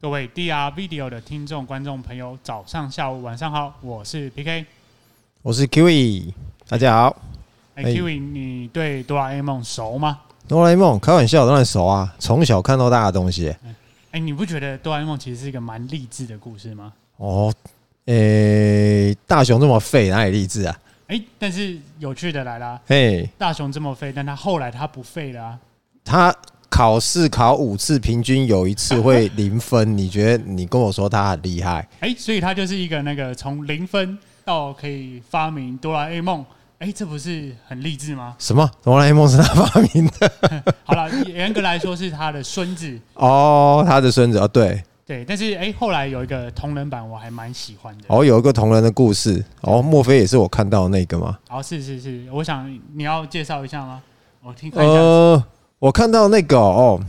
各位 DR Video 的听众、观众朋友，早上、下午、晚上好，我是 PK。我是 Kiwi，大家好。哎、哎 k i w i 你对哆啦 A 梦熟吗？哆啦 A 梦开玩笑，当然熟啊，从小看到大的东西。哎、你不觉得哆啦 A 梦其实是一个蛮励志的故事吗？哦，诶、大雄这么废，哪里励志啊？哎、但是有趣的来啦，嘿，大雄这么废，但他后来他不废了啊。他考试考五次，平均有一次会零分，你觉得你跟我说他很厉害？哎、所以他就是一个那个从零分到可以发明哆啦 A 梦，哎、这不是很励志吗？什么？哆啦 A 梦是他发明的？好了， 严格来说是他的孙子，哦，他的孙子哦，对，对。但是哎、后来有一个同人版，我还蛮喜欢的。哦，有一个同人的故事，哦，莫非也是我看到的那个吗？哦，是是是，我想你要介绍一下吗？我听看一下。呃，我看到那个哦，哦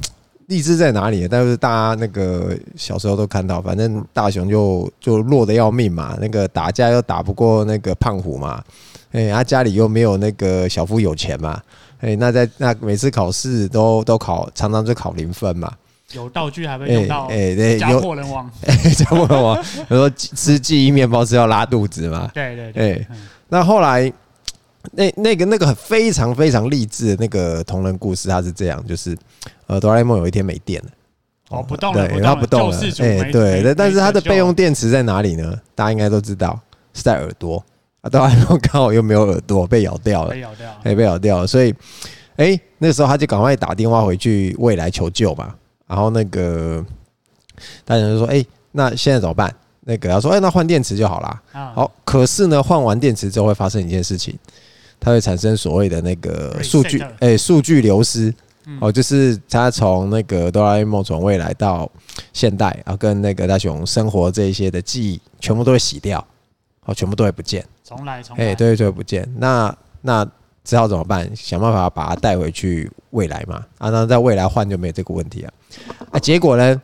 励志在哪里？但是大家那个小时候都看到，反正大雄就就弱的要命嘛，那个打架又打不过那个胖虎嘛，哎、他家里又没有那个小夫有钱嘛，哎、那在那每次考试都都考，常常就考零分嘛， 有道具还会用哎到哎对，家有破人亡。哎，这样问我，我说吃记忆面包是要拉肚子嘛，对对对，哎、嗯那后来那那个那个非常非常励志的那个同人故事，它是这样，就是呃，哆啦 A 梦有一天没电了。哦不动了不对，动它了不动救了世，主哎、没没对，但但是没它的得救备用电池在哪里呢？大家应该都知道，是在耳朵。啊，哆啦 A 梦刚好又没有耳朵，被咬掉了被，咬掉。哎、被咬掉了，所以，哎、那时候他就赶快打电话回去未来求救嘛。然后那个大人就说：“哎、那现在怎么办？”那个他说：“哎、那换电池就好啦。”啊，好，可是呢，换完电池之后会发生一件事情，它会产生所谓的那个 Reset 数据，哎、数据流失。嗯哦，就是他从那个哆啦 A 梦从未来到现代啊，跟那个大雄生活这一些的记忆，全部都会洗掉，哦，全部都会不见，重来重哎、来。对，就会不见。那那只好怎么办？想办法把它带回去未来嘛。啊，那在未来换就没有这个问题啊。啊，结果呢，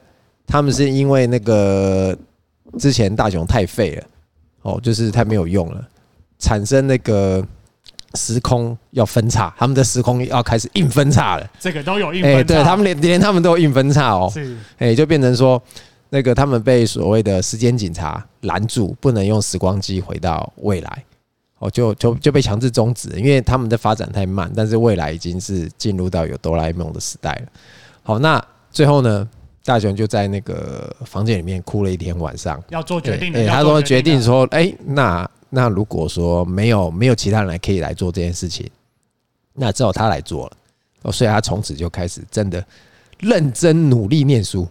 他们是因为那个之前大雄太废了，哦，就是太没有用了，产生那个时空要分叉，他们的时空要开始硬分叉了。这个都有硬分哎、叉。啊对他们连连他们都有硬分叉哦，是哎、就变成说。那个他们被所谓的时间警察拦住，不能用时光机回到未来，哦，就就就被强制终止了，因为他们的发展太慢，但是未来已经是进入到有哆啦 A 梦的时代了。好，那最后呢，大雄就在那个房间里面哭了一天晚上。要做决定的。对对要哎他做说决定的说，哎、那那如果说没有没有其他人来可以来做这件事情，那只有他来做了。哦，所以他从此就开始真的认真努力念书，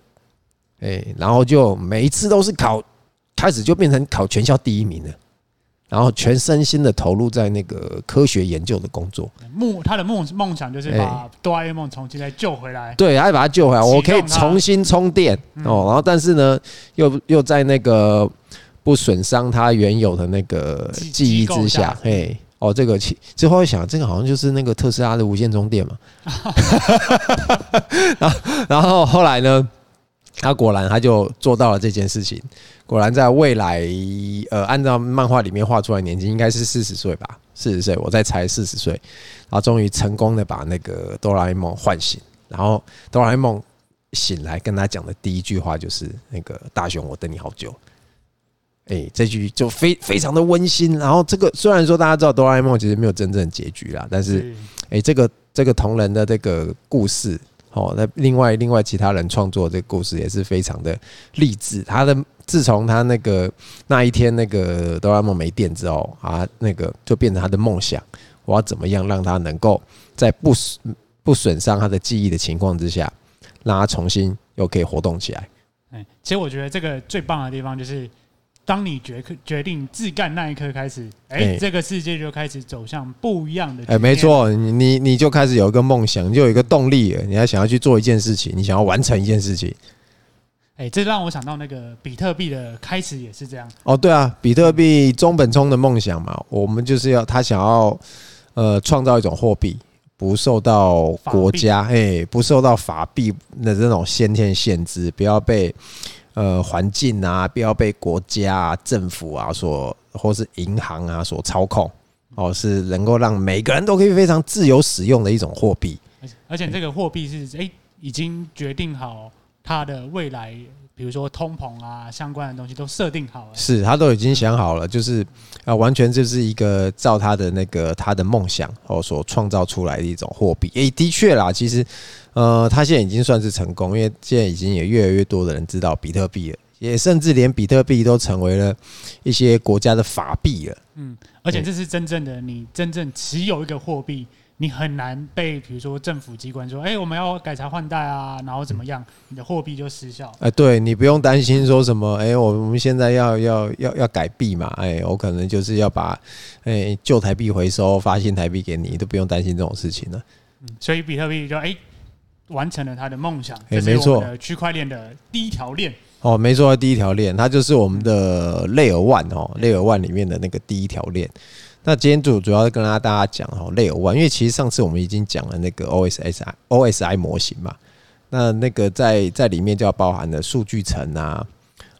哎、然后就每一次都是考，开始就变成考全校第一名了。然后全身心的投入在那个科学研究的工作，梦，他的梦梦想哎就是把哆啦 A 梦从现在救回来。对，还把它救回来，启动我可以它嗯重新充电哦。然后，但是呢，又又在那个不损伤它原有的那个记记忆机构之下下，嘿，哦，这个其之后会想，这个好像就是那个特斯拉的无线充 电嘛。然后，然后后来呢，他果然他就做到了这件事情。果然在未来，呃，按照漫画里面画出来的年纪，应该是四十岁吧，四十岁，我在猜四十岁。然后终于成功的把那个哆啦 A 梦唤醒，然后哆啦 A 梦醒来跟他讲的第一句话就是那个大雄，我等你好久。哎、这句就非非常的温馨。然后这个虽然说大家知道哆啦 A 梦其实没有真正的结局啦，但是哎、这个这个同人的这个故事，哦，那另外另外其他人创作的这个故事也是非常的励志。他的自从他那个那一天那个哆啦 A 梦没电之后啊，那个就变成他的梦想，我要怎么样让他能够在不损不损伤他的记忆的情况之下，让他重新又可以活动起来。哎，其实我觉得这个最棒的地方就是，当你决决定自干那一刻开始，哎，哎这个世界就开始走向不一样的。哎、没，错，你你你就开始有一个梦想，你就有一个动力了，你还想要去做一件事情，你想要完成一件事情。哎，这让我想到那个比特币的开始也是这样。哦，对啊，比特币中本聪的梦想嘛，我们就是要他想要呃创造一种货币，不受到国家哎不受到法币的这种先天限制，不要被呃环境啊，不要被国家、啊、政府啊所或是银行啊所操控。哦，是能够让每个人都可以非常自由使用的一种货币。而且而且这个货币是哎、已经决定好它的未来，比如说通膨啊相关的东西都设定好了。是他都已经想好了，就是啊、呃完全就是一个照他的那个他的梦想哦所创造出来的一种货币。诶、的确啦，其实呃，他现在已经算是成功，因为现在已经也越来越多的人知道比特币了，也甚至连比特币都成为了一些国家的法币了。嗯，而且这是真正的你真正持有一个货币，你很难被比如说政府机关说，哎、我们要改朝换代啊，然后怎么样，你的货币就失效。呃，对你不用担心说什么，哎、我我们现在要要要要改币嘛，哎、我可能就是要把哎、旧台币回收，发新台币给你，都不用担心这种事情了。嗯所以比特币就哎、完成了他的梦想，哎这没是错我们的区块链的第一条链。哦，没错，第一条链，它就是我们的 Layer One 哦，Layer One 里面的那个第一条链。那今天主主要跟大家讲哦，Layer One，因为其实上次我们已经讲了那个 OSSI OSI 模型嘛，那那个在在里面就要包含了数据层啊，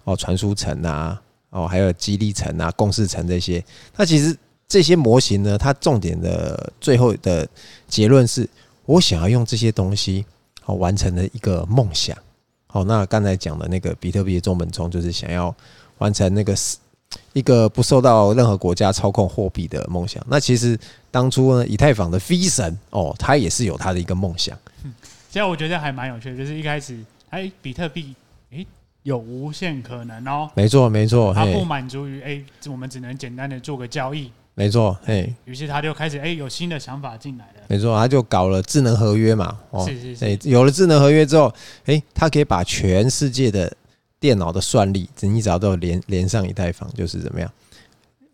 哦，传输层啊，哦，还有激励层啊、共识层这些。那其实这些模型呢，它重点的最后的结论是，我想要用这些东西哦完成了一个梦想。好，那刚才讲的那个比特币的中本聪，就是想要完成那个是一个不受到任何国家操控货币的梦想。那其实当初呢，以太坊的 V 神哦，他也是有他的一个梦想。其实我觉得还蛮有趣的，就是一开始，哎、比特币，哎、有无限可能哦。没错，没错，它不嘿，满足于哎、我们只能简单的做个交易，没错，嘿，于是他就开始哎、有新的想法进来了。没错，他就搞了智能合约嘛。哦，是是是对，有了智能合约之后，诶、他可以把全世界的电脑的算力，你只要都有连连上以太坊，就是怎么样，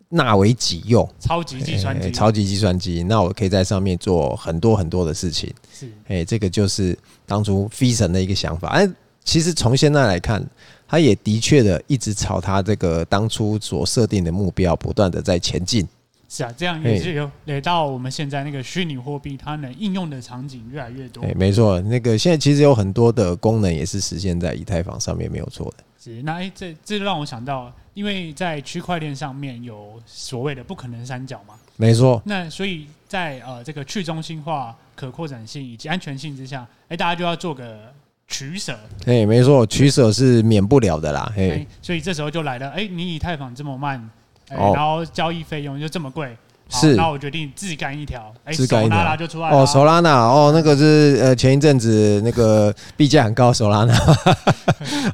纳为己用。超级计算机，诶哎超级计算机，那我可以在上面做很多很多的事情。是哎、这个就是当初飞神的一个想法。哎、其实从现在来看，他也的确的一直朝他这个当初所设定的目标不断的在前进。是啊，这样嘿也是有累到我们现在那个虚拟货币，它能应用的场景越来越多哎、。没错，那个现在其实有很多的功能也是实现在以太坊上面没有错的。是那哎、这这就让我想到，因为在区块链上面有所谓的不可能三角嘛，没错，那所以在呃这个去中心化、可扩展性以及安全性之下，哎、大家就要做个取舍。哎、没错，取舍是免不了的啦。哎、哎所以这时候就来了，哎、你以太坊这么慢，哎哦然后交易费用就这么贵，好是那我决定自干一条，哎、自干一条手拉拉就出来了啊，哦，Solana，哦，那个是呃前一阵子那个 币价很高，Solana，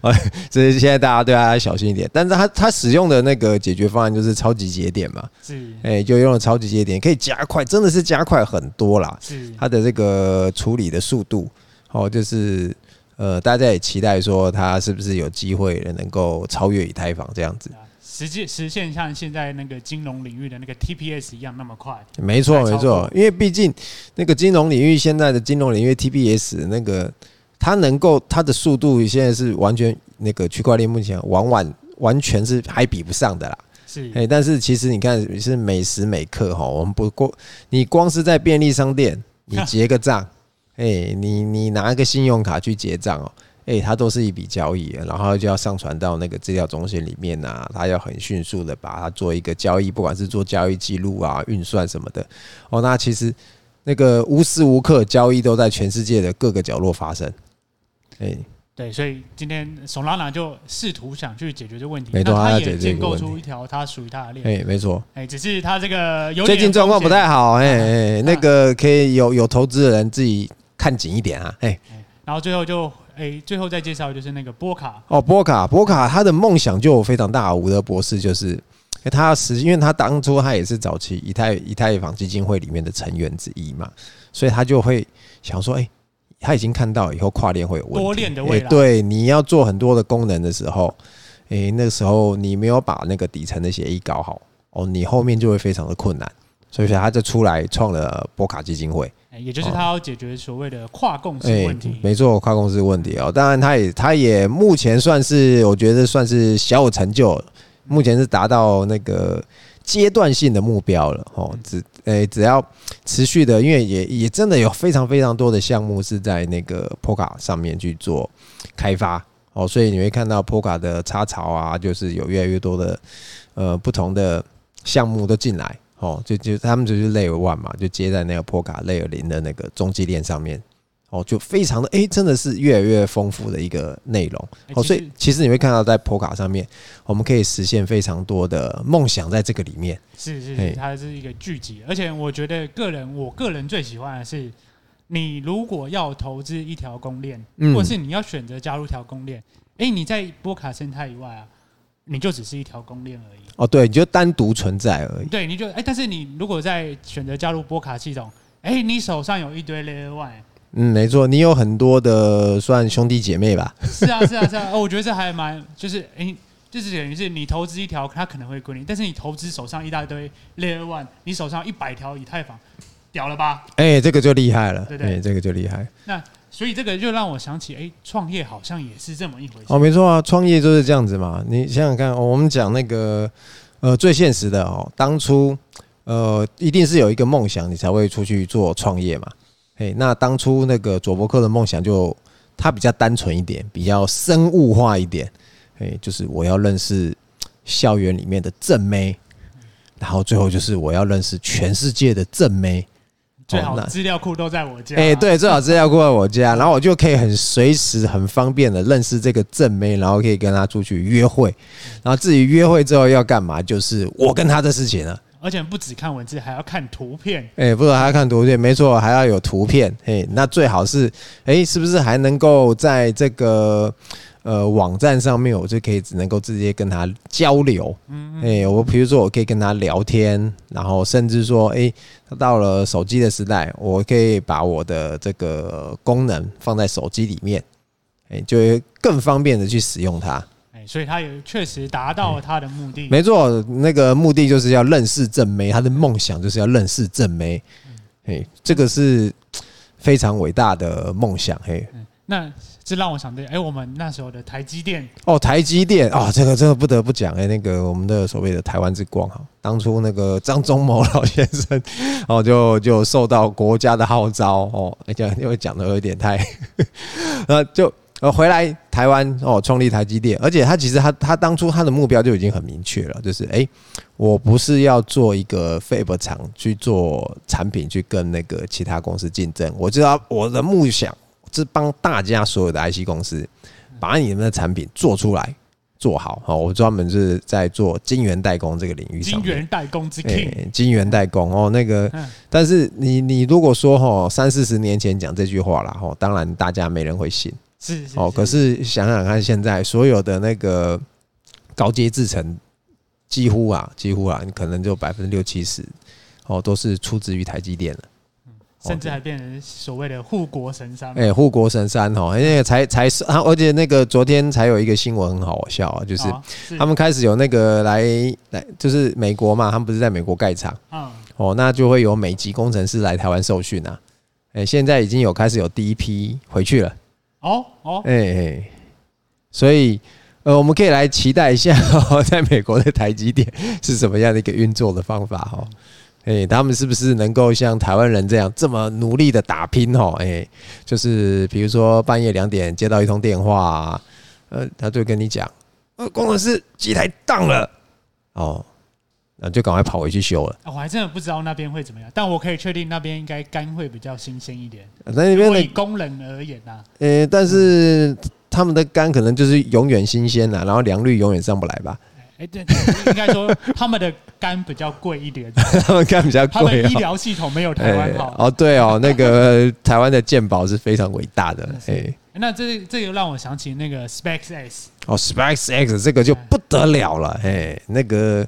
哦所以现在大家对它小心一点。但是它它使用的那个解决方案就是超级节点嘛，是哎、就用了超级节点，可以加快，真的是加快很多啦，是啊它的这个处理的速度，哦，就是呃大家也期待说它是不是有机会能够超越以太坊这样子。啊实际实现像现在那个金融领域的那个 TPS 一样那么快，没错，太没超错过，因为毕竟那个金融领域现在的金融领域 TBS 那个它能够它的速度现在是完全那个区块链目前往往完全是还比不上的啦。是哎、但是其实你看是每时每刻哈，我们不过你光是在便利商店你结个账，哎、你你拿个信用卡去结账哦。哎、它都是一笔交易，然后就要上传到那个资料中心里面啊，它要很迅速的把它做一个交易，不管是做交易记录啊、运算什么的。哦，那其实那个无时无刻交易都在全世界的各个角落发生。哎、对，所以今天 Solana 就试图想去解决这个问题，没那错他它要解决也这建个构问出题一条它属于它的链，哎、没错。哎、只是它这个有最点近状况风不险 太好，哎、哎、那嗯个可以有有投资的人自己看紧一点啊，哎、然后最后就哎、最后再介绍就是那个波卡，哦，波卡，波卡他的梦想就有非常大，伍德博士就是，诶他实，因为他当初他也是早期以太以太坊基金会里面的成员之一嘛，所以他就会想说，哎、他已经看到以后跨链会有问 题，哎多链的未来诶对，你要做很多的功能的时候，哎、那个时候你没有把那个底层的协议搞好，哦，你后面就会非常的困难，所以说他就出来创了波卡基金会。哎、也就是它要解决所谓的跨共识哦哎，问题，没错，跨公司问题哦。当然，他也他也目前算是我觉得算是小有成就，目前是达到那个阶段性的目标了哦。只诶、只要持续的，因为也也真的有非常非常多的项目是在那个 Poca 上面去做开发哦，所以你会看到 Poca 的插槽啊，就是有越来越多的呃不同的项目都进来。哦，就就他们就是 Layer One 嘛，就接在那个 Poca Layer 零的那个中继链上面，哦，就非常的哎、真的是越来越丰富的一个内容哎哦，其所以实其实你会看到在 p o 卡上面，我们可以实现非常多的梦想在这个里面。是是嘿是，它是一个聚集，而且我觉得个人，我个人最喜欢的是，你如果要投资一条公链，嗯或者是你要选择加入一条公链，诶，你在波卡生态以外啊，你就只是一条公链而已。哦，对，你就单独存在而已。对，你就诶，哎但是你如果在选择加入波卡系统，诶，你手上有一堆 Layer One，嗯，没错，你有很多的算兄弟姐妹吧？是啊是啊是啊，哦，我觉得这还蛮就是诶。就是等于是你投资一条，它可能会归你，但是你投资手上一大堆 Layer One，你手上一百条以太坊，屌了吧？哎、这个就厉害了，对对哎、这个就厉害。所以这个就让我想起，哎、创业好像也是这么一回事。哦，没错啊，创业就是这样子嘛。你想想看，哦、我们讲那个呃最现实的哦，当初呃一定是有一个梦想，你才会出去做创业嘛。哎，那当初那个佐伯克的梦想就他比较单纯一点，比较生物化一点。哎，就是我要认识校园里面的正妹，然后最后就是我要认识全世界的正妹。最哦好那资料库都在我家。哎、，对，最好资料过来我家，然后我就可以很随时、很方便的认识这个正妹，然后可以跟她出去约会。然后至于约会之后要干嘛，就是我跟她的事情啊了。而且不只看文字，还要看图片。哎、不如还要看图片，没错，还要有图片。嘿、那最好是，哎、是不是还能够在这个呃网站上面，我就可以只能够直接跟她交流？嗯，哎、我比如说我可以跟他聊天，然后甚至说，哎、他到了手机的时代，我可以把我的这个功能放在手机里面，哎、就会更方便的去使用它。哎、所以他也确实达到了他的目的。没错，那个目的就是要认识正妹，他的梦想就是要认识正妹，哎、这个是非常伟大的梦想，嘿、那这让我想到，哎、我们那时候的台积电，哦，台积电啊、哦，这个真的不得不讲哎、那个我们的所谓的台湾之光哈，当初那个张忠谋老先生哦，就就受到国家的号召哦，哎讲因为讲的有点太，呃，就呃回来台湾哦，创立台积电，而且他其实他他当初他的目标就已经很明确了，就是哎、我不是要做一个 fab 厂去做产品去跟那个其他公司竞争，我知道我的梦想是帮大家所有的 IC 公司把你们的产品做出来做好。好，我专门是在做晶圆代工这个领域上金面。元代工之哎 king，、晶圆代工哦，那个嗯，但是你你如果说吼三四十年前讲这句话啦，吼，当然大家没人会信是是哦。可是想想看，现在所有的那个高阶制程，几乎啊，几乎啊，你可能就百分之六七十哦，都是出自于台积电了。甚至还变成所谓的护国神山。哦哎、护国神山哦，那个才才是，啊而且那个昨天才有一个新闻很好笑啊，就是哦是他们开始有那个来来，就是美国嘛，他们不是在美国盖厂嗯，哦，那就会有美籍工程师来台湾受训啊。哎、现在已经有开始有第一批回去了，哦哦，哎、哎所以呃，我们可以来期待一下、哦，在美国的台积电是什么样的一个运作的方法哦。哎、他们是不是能够像台湾人这样这么努力的打拼哦？哎、就是比如说半夜两点接到一通电话、呃，他就跟你讲，呃，工程师机台当了，哦，那就赶快跑回去修了。啊我还真的不知道那边会怎么样，但我可以确定那边应该肝会比较新鲜一点。那那因边的为以工人而言啊呐、呃，但是他们的肝可能就是永远新鲜啊啦，然后良率永远上不来吧， 哎、对， 应该说他们的肝比较贵一 点，他们肝比较他们贵医哦。疗系统没有台湾好。啊哦，对哦，那个台湾的健保是非常伟大 的，哎、那这这又让我想起那个 SpaceX，哦，SpaceX 这个就不得了了，哎、那个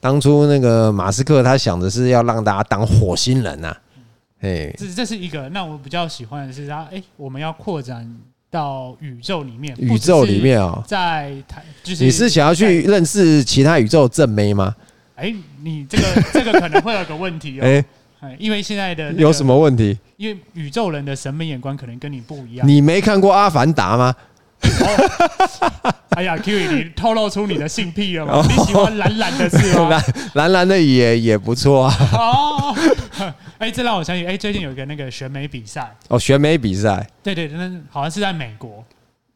当初那个马斯克他想的是要让大家当火星人呐、啊，哎、这这是一个。那我比较喜欢的是它，哎、我们要扩展到宇宙里面，宇宙里，面哦，在台就是你是想要去认识其他宇宙正妹吗？哎、你这个这个可能会有个问题哦、 哎、哎因为现在的、有什？么问题？因为宇宙人的审美眼光可能跟你不一样。你没看过《阿凡达》吗？哎呀 Q，你透露出你的性癖了哦吗？你喜欢懒懒的是吗？ 蓝蓝蓝的也也不错啊。哦， 哎，这让我想起，哎，最近有一个那个选美比赛，哦，选美比赛，对对，那好像是在美国，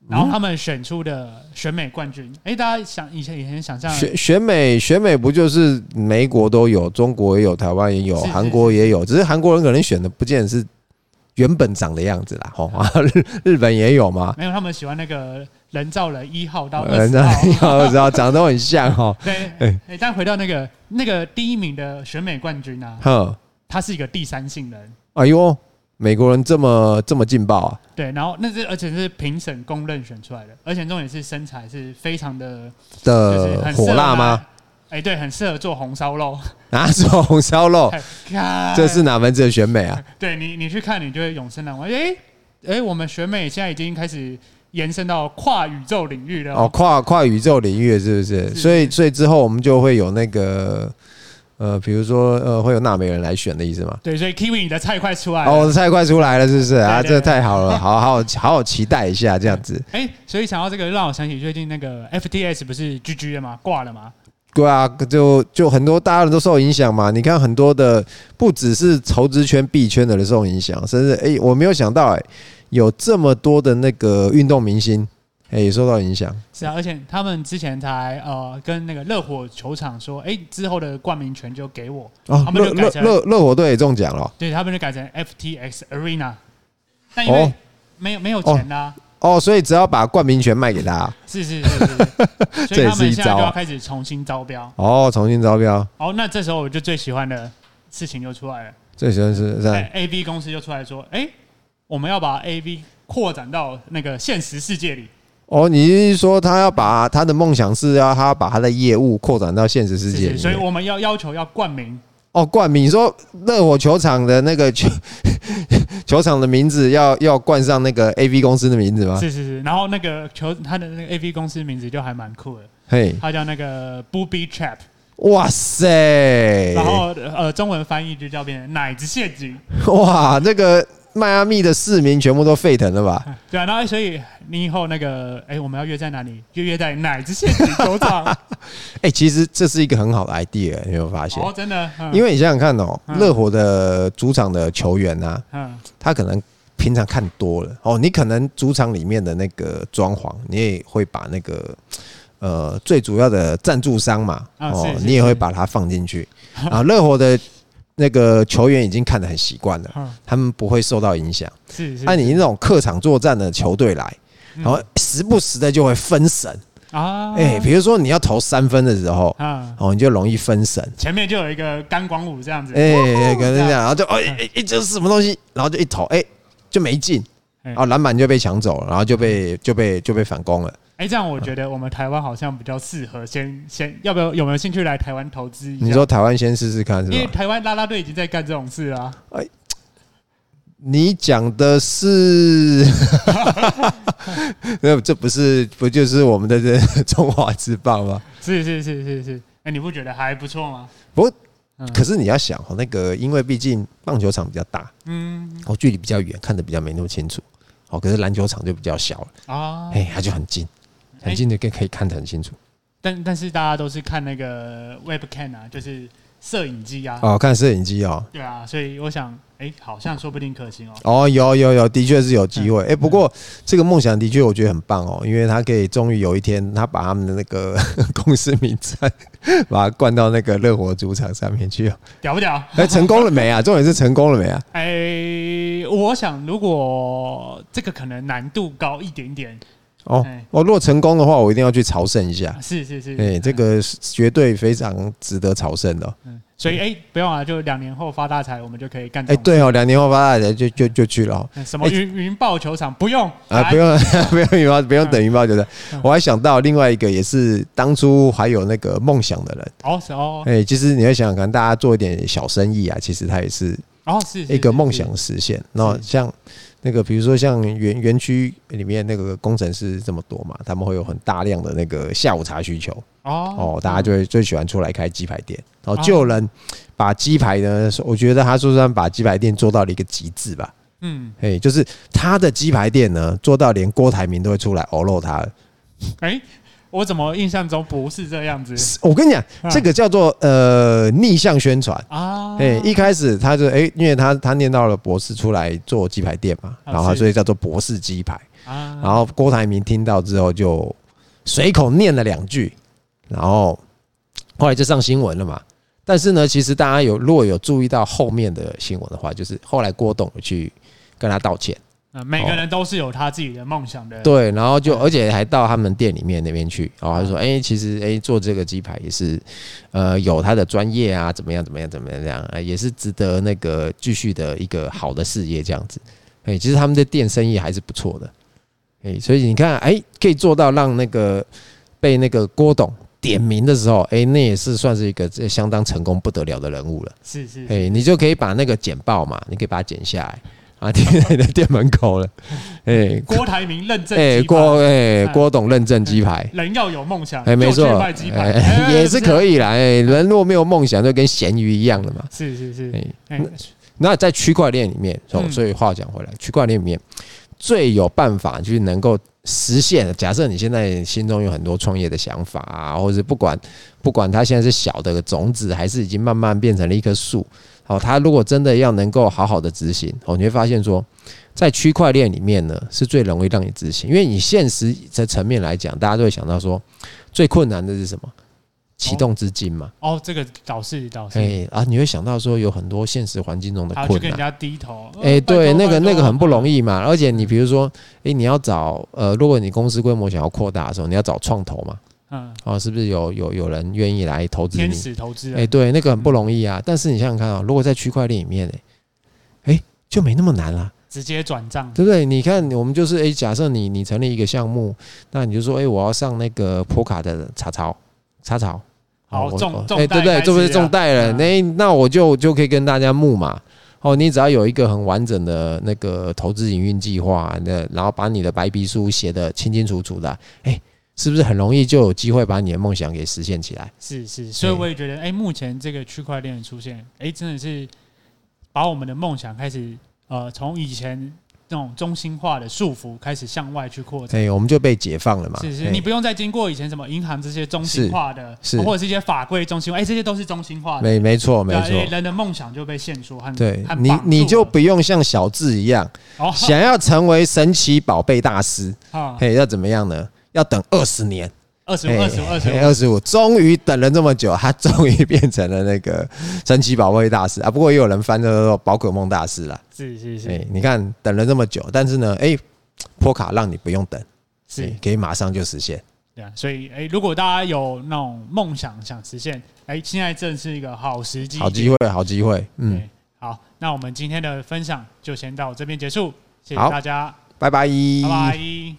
然后他们选出的选美冠军，哎、大家想以前以前想象，选选美选美不就是美国都有，中国也有，台湾也有，是是韩国也有，只是韩国人可能选的不见得是原本长的样子啦。吼啊，日 日本也有嘛，没有，他们喜欢那个人造人一号到二哦人十家号。我 知道长得都很像哦。对，哎哎，但回到那个那个第一名的选美冠军啊，哼，他是一个第三性人，哎呦，美国人这么这么劲爆啊！对，然后那是而且是评审公认选出来的，而且重点是身材是非常的，就是的很适合呃火辣拿吗？？哎、对，很适合做红烧肉。拿 手红烧肉， 看这是哪门子的选美啊？对你，你去看，你就会永生难忘。哎、哎、我们选美现在已经开始延伸到跨宇宙领域了。哦，跨跨宇宙领域是不是？是所以所以之后我们就会有那个呃，比如说呃，会有纳美人来选的意思吗？对，所以 Kiwi 你的菜快出来哦，我了。的菜快出来了，是不是啊？对对这对太好了，好好好好期待一下这样子。哎、所以想到这个，让我想起最近那个 FTS 不是 GG 了吗？挂了吗？对啊，就就很多大家都受影响嘛。你看很多的不只是筹资圈、币圈的人受影响，甚至诶，我没有想到诶，有这么多的那个运动明星诶也受到影响。是啊，而且他们之前才呃跟那个热火球场说，哎、之后的冠名权就给我，哦他，们热就改热成热热火队也中奖了对他们就改成 FTX Arena，但因为哦没有、没有钱啦、啊哦，所以只要把冠名权卖给他是是是 是，所这以也他是们一现在就招啊要开始重新招标。哦，重新招标，哦，那这时候我就最喜欢的事情就出来了，最喜欢是哎在 a V 公司就出来说，哎、我们要把 A V 扩展到那个现实世界里，哦，你是说他要把他的梦想是要他要把他的业务扩展到现实世是界是，里所以面？我们要要求要冠名，哦，冠名，你说热火球场的那个 球球场的名字要要冠上那个 A V 公司的名字吗？是是是，然后那个球他的那个 A V 公司名字就还蛮酷的，嘿，它叫那个 Booby Trap，哇塞然，后呃中文翻译就叫变成奶子陷阱，哇，这个迈阿密的市民全部都沸腾了吧？对啊，然后所以你以后那个哎、我们要约在哪里？就约在奶子陷阱球 场，哎、其实这是一个很好的 idea，你有没有发现？哦，真的，嗯、因为为你想想看哦，嗯热火的主场的球员啊，嗯他可能平常看多了哦，你可能主场里面的那个装潢，你也会把那个呃最主要的赞助商嘛，啊哦是，是你也会是把它放进去啊。热火的那个球员已经看得很习惯了，嗯，他们不会受到影响。是是，那、啊你那种客场作战的球队来，嗯然后时不时的就会分神，啊，哎、比如说你要投三分的时候，啊。哦，你就容易分神。前面就有一个钢管舞这样子，哎、哎，可能这这样，样嗯然后就哎哎哎，这是什么东西？然后就一投，哎、就没进，哎然后篮板就被抢走了，然后就被就被就被反攻了。哎、这样我觉得我们台湾好像比较适合先先，要不要有没有兴趣来台湾投资一下？你说台湾先试试看是因为吧？台湾啦啦队已经在干这种事啊，你讲的是， 那这不是不就是我们的这中华之棒吗？是是是是是，哎、你不觉得还不错吗？不过嗯，可是你要想哦，那个因为毕竟棒球场比较大，嗯哦，距离比较远，看得比较没那么清楚。哦，可是篮球场就比较小了，啊，哎、它就很近，哎很近的可以可以看得很清楚。但但是大家都是看那个 webcam 啊，就是摄影机啊，哦，看摄影机哦，对啊，所以我想，哎、好像说不定可行哦。哦，有有有，的确是有机嗯会。哎、不过这个梦想的确我觉得很棒哦，因为他可以终于有一天，他把他们的那个 公司名称把它灌到那个热火主场上面去哦。屌不屌？哎、成功了 没啊？重点是成功了没啊？哎、我想如果这个可能难度高一点点，哦哎哦，如果成功的话，我一定要去朝圣一下。是是是，哎、这个是绝对非常值得朝圣的哦、嗯，所以哎、不用啊，就两年后发大财，我们就可以干哎、这种事。对哦，两年后发大财就就就去了、哦。嗯什么哎云、云豹球场不用哎啊，来不用 不用云豹，不用嗯等云豹球的嗯。我还想到另外一个，也是当初还有那个梦想的人。哦是哦哎、其实你会想想看，大家做一点小生意啊，其实它也是哦是是一个是梦是想的实现。那像那个，比如说像园园区里面那个工程师这么多嘛，他们会有很大量的那个下午茶需求哦哦，大家就会最喜欢出来开鸡排店。然后哦就有人把鸡排呢，我觉得他说算把鸡排店做到了一个极致吧。嗯哎，就是他的鸡排店呢，做到连郭台铭都会出来偶漏他了。哎、我怎么印象中不是这样子我跟你讲，嗯这个叫做呃逆向宣传。啊？哎、一开始他就哎、因为他他念到了博士出来做鸡排店嘛，啊然后他是所以叫做博士鸡排。啊然后郭台铭听到之后就随口念了两句，然后后来就上新闻了嘛。但是呢，其实大家有如果有注意到后面的新闻的话，就是后来郭董有去跟他道歉。呃，每个人都是有他自己的梦想的，哦对，然后嗯就而且还到他们店里面那边去，然后他说，哎、其实哎、做这个鸡排也是，呃，有他的专业啊，怎么样怎么样怎么样这样，哎、也是值得那个继续的一个好的事业这样子。哎、其实他们的店生意还是不错的，哎、所以你看，哎、可以做到让那个被那个郭董点名的时候，哎、那也是算是一个这相当成功不得了的人物了。是是哎、你就可以把那个简报嘛，你可以把它剪下来，啊，贴在你的店门口了。哎、郭台铭认证鸡哎、排郭哎、哎郭董认证鸡排，人要有梦想，哎、没错就去卖鸡， 排啊哎也是以，可以啦。哎、人如果没有梦想，就跟咸鱼一样的嘛。是是哎、是，哎那在区块链里面，哦，嗯所以话讲回来，区块链里面最有办法去能够实现的。假设你现在心中有很多创业的想法啊，或者是不管不管它现在是小的种子，还是已经慢慢变成了一棵树，哦，它如果真的要能够好好的执行，哦，你会发现说，在区块链里面呢，是最容易让你执行，因为你现实的层面来讲，大家都会想到说，最困难的是什么？启动资金嘛，哦，这个倒是倒是，哎、啊，你会想到说有很多现实环境中的还要去困跟难人，家低头，呃哎、对，那个那个很不容，拜托拜托易嘛。而且你比如说，哎、你要找呃，如果你公司规模想要扩大的时候，你要找创投嘛，嗯，哦，是不是有有有人愿意来投资天你？使啊投资哎、人，对，那个很不容易啊。但是你想想看啊、如果在区块链里面、哎、哎、就没那么难啦、直接转账，对不对？你看，我们就是哎、假设你你成立一个项目，那你就说哎、我要上那个坡卡的查槽查槽。好哦我重哦重哎对不对？贷开这不是始了重贷了？嗯那那我就就可以跟大家募嘛。哦，你只要有一个很完整的那个投资营运计划，那然后把你的白皮书写得清清楚楚的，哎，是不是很容易就有机会把你的梦想给实现起来？是是，所以哎我也觉得，哎，目前这个区块链的出现，哎，真的是把我们的梦想开始，呃，从以前那种中心化的束缚开始向外去扩展。哎，我们就被解放了嘛。是是，哎你不用再经过以前什么银行这些中心化的，是是或者是一些法规中心化，哎、这些都是中心化的，没没错没对啊错哎，人的梦想就被限缩和对和你绑住你了就不用像小智一样， 哦想要成为神奇宝贝大师，啊，嘿，要怎么样呢？要等二十年。二十五二十五二十五，二十五，终于等了这么久，他 终于变成了那个神奇宝贝大师啊！不过也有人翻叫做宝可梦大师啦。是是哎、是你看等了这么久，但是呢，哎、波卡让你不用等，是哎，可以马上就实现。对啊，所以哎、如果大家有那种梦想想实现，哎、现在正是一个好时机，好机会，好机会，嗯，对，好，那我们今天的分享就先到这边结束，谢谢好大家，拜拜，拜拜。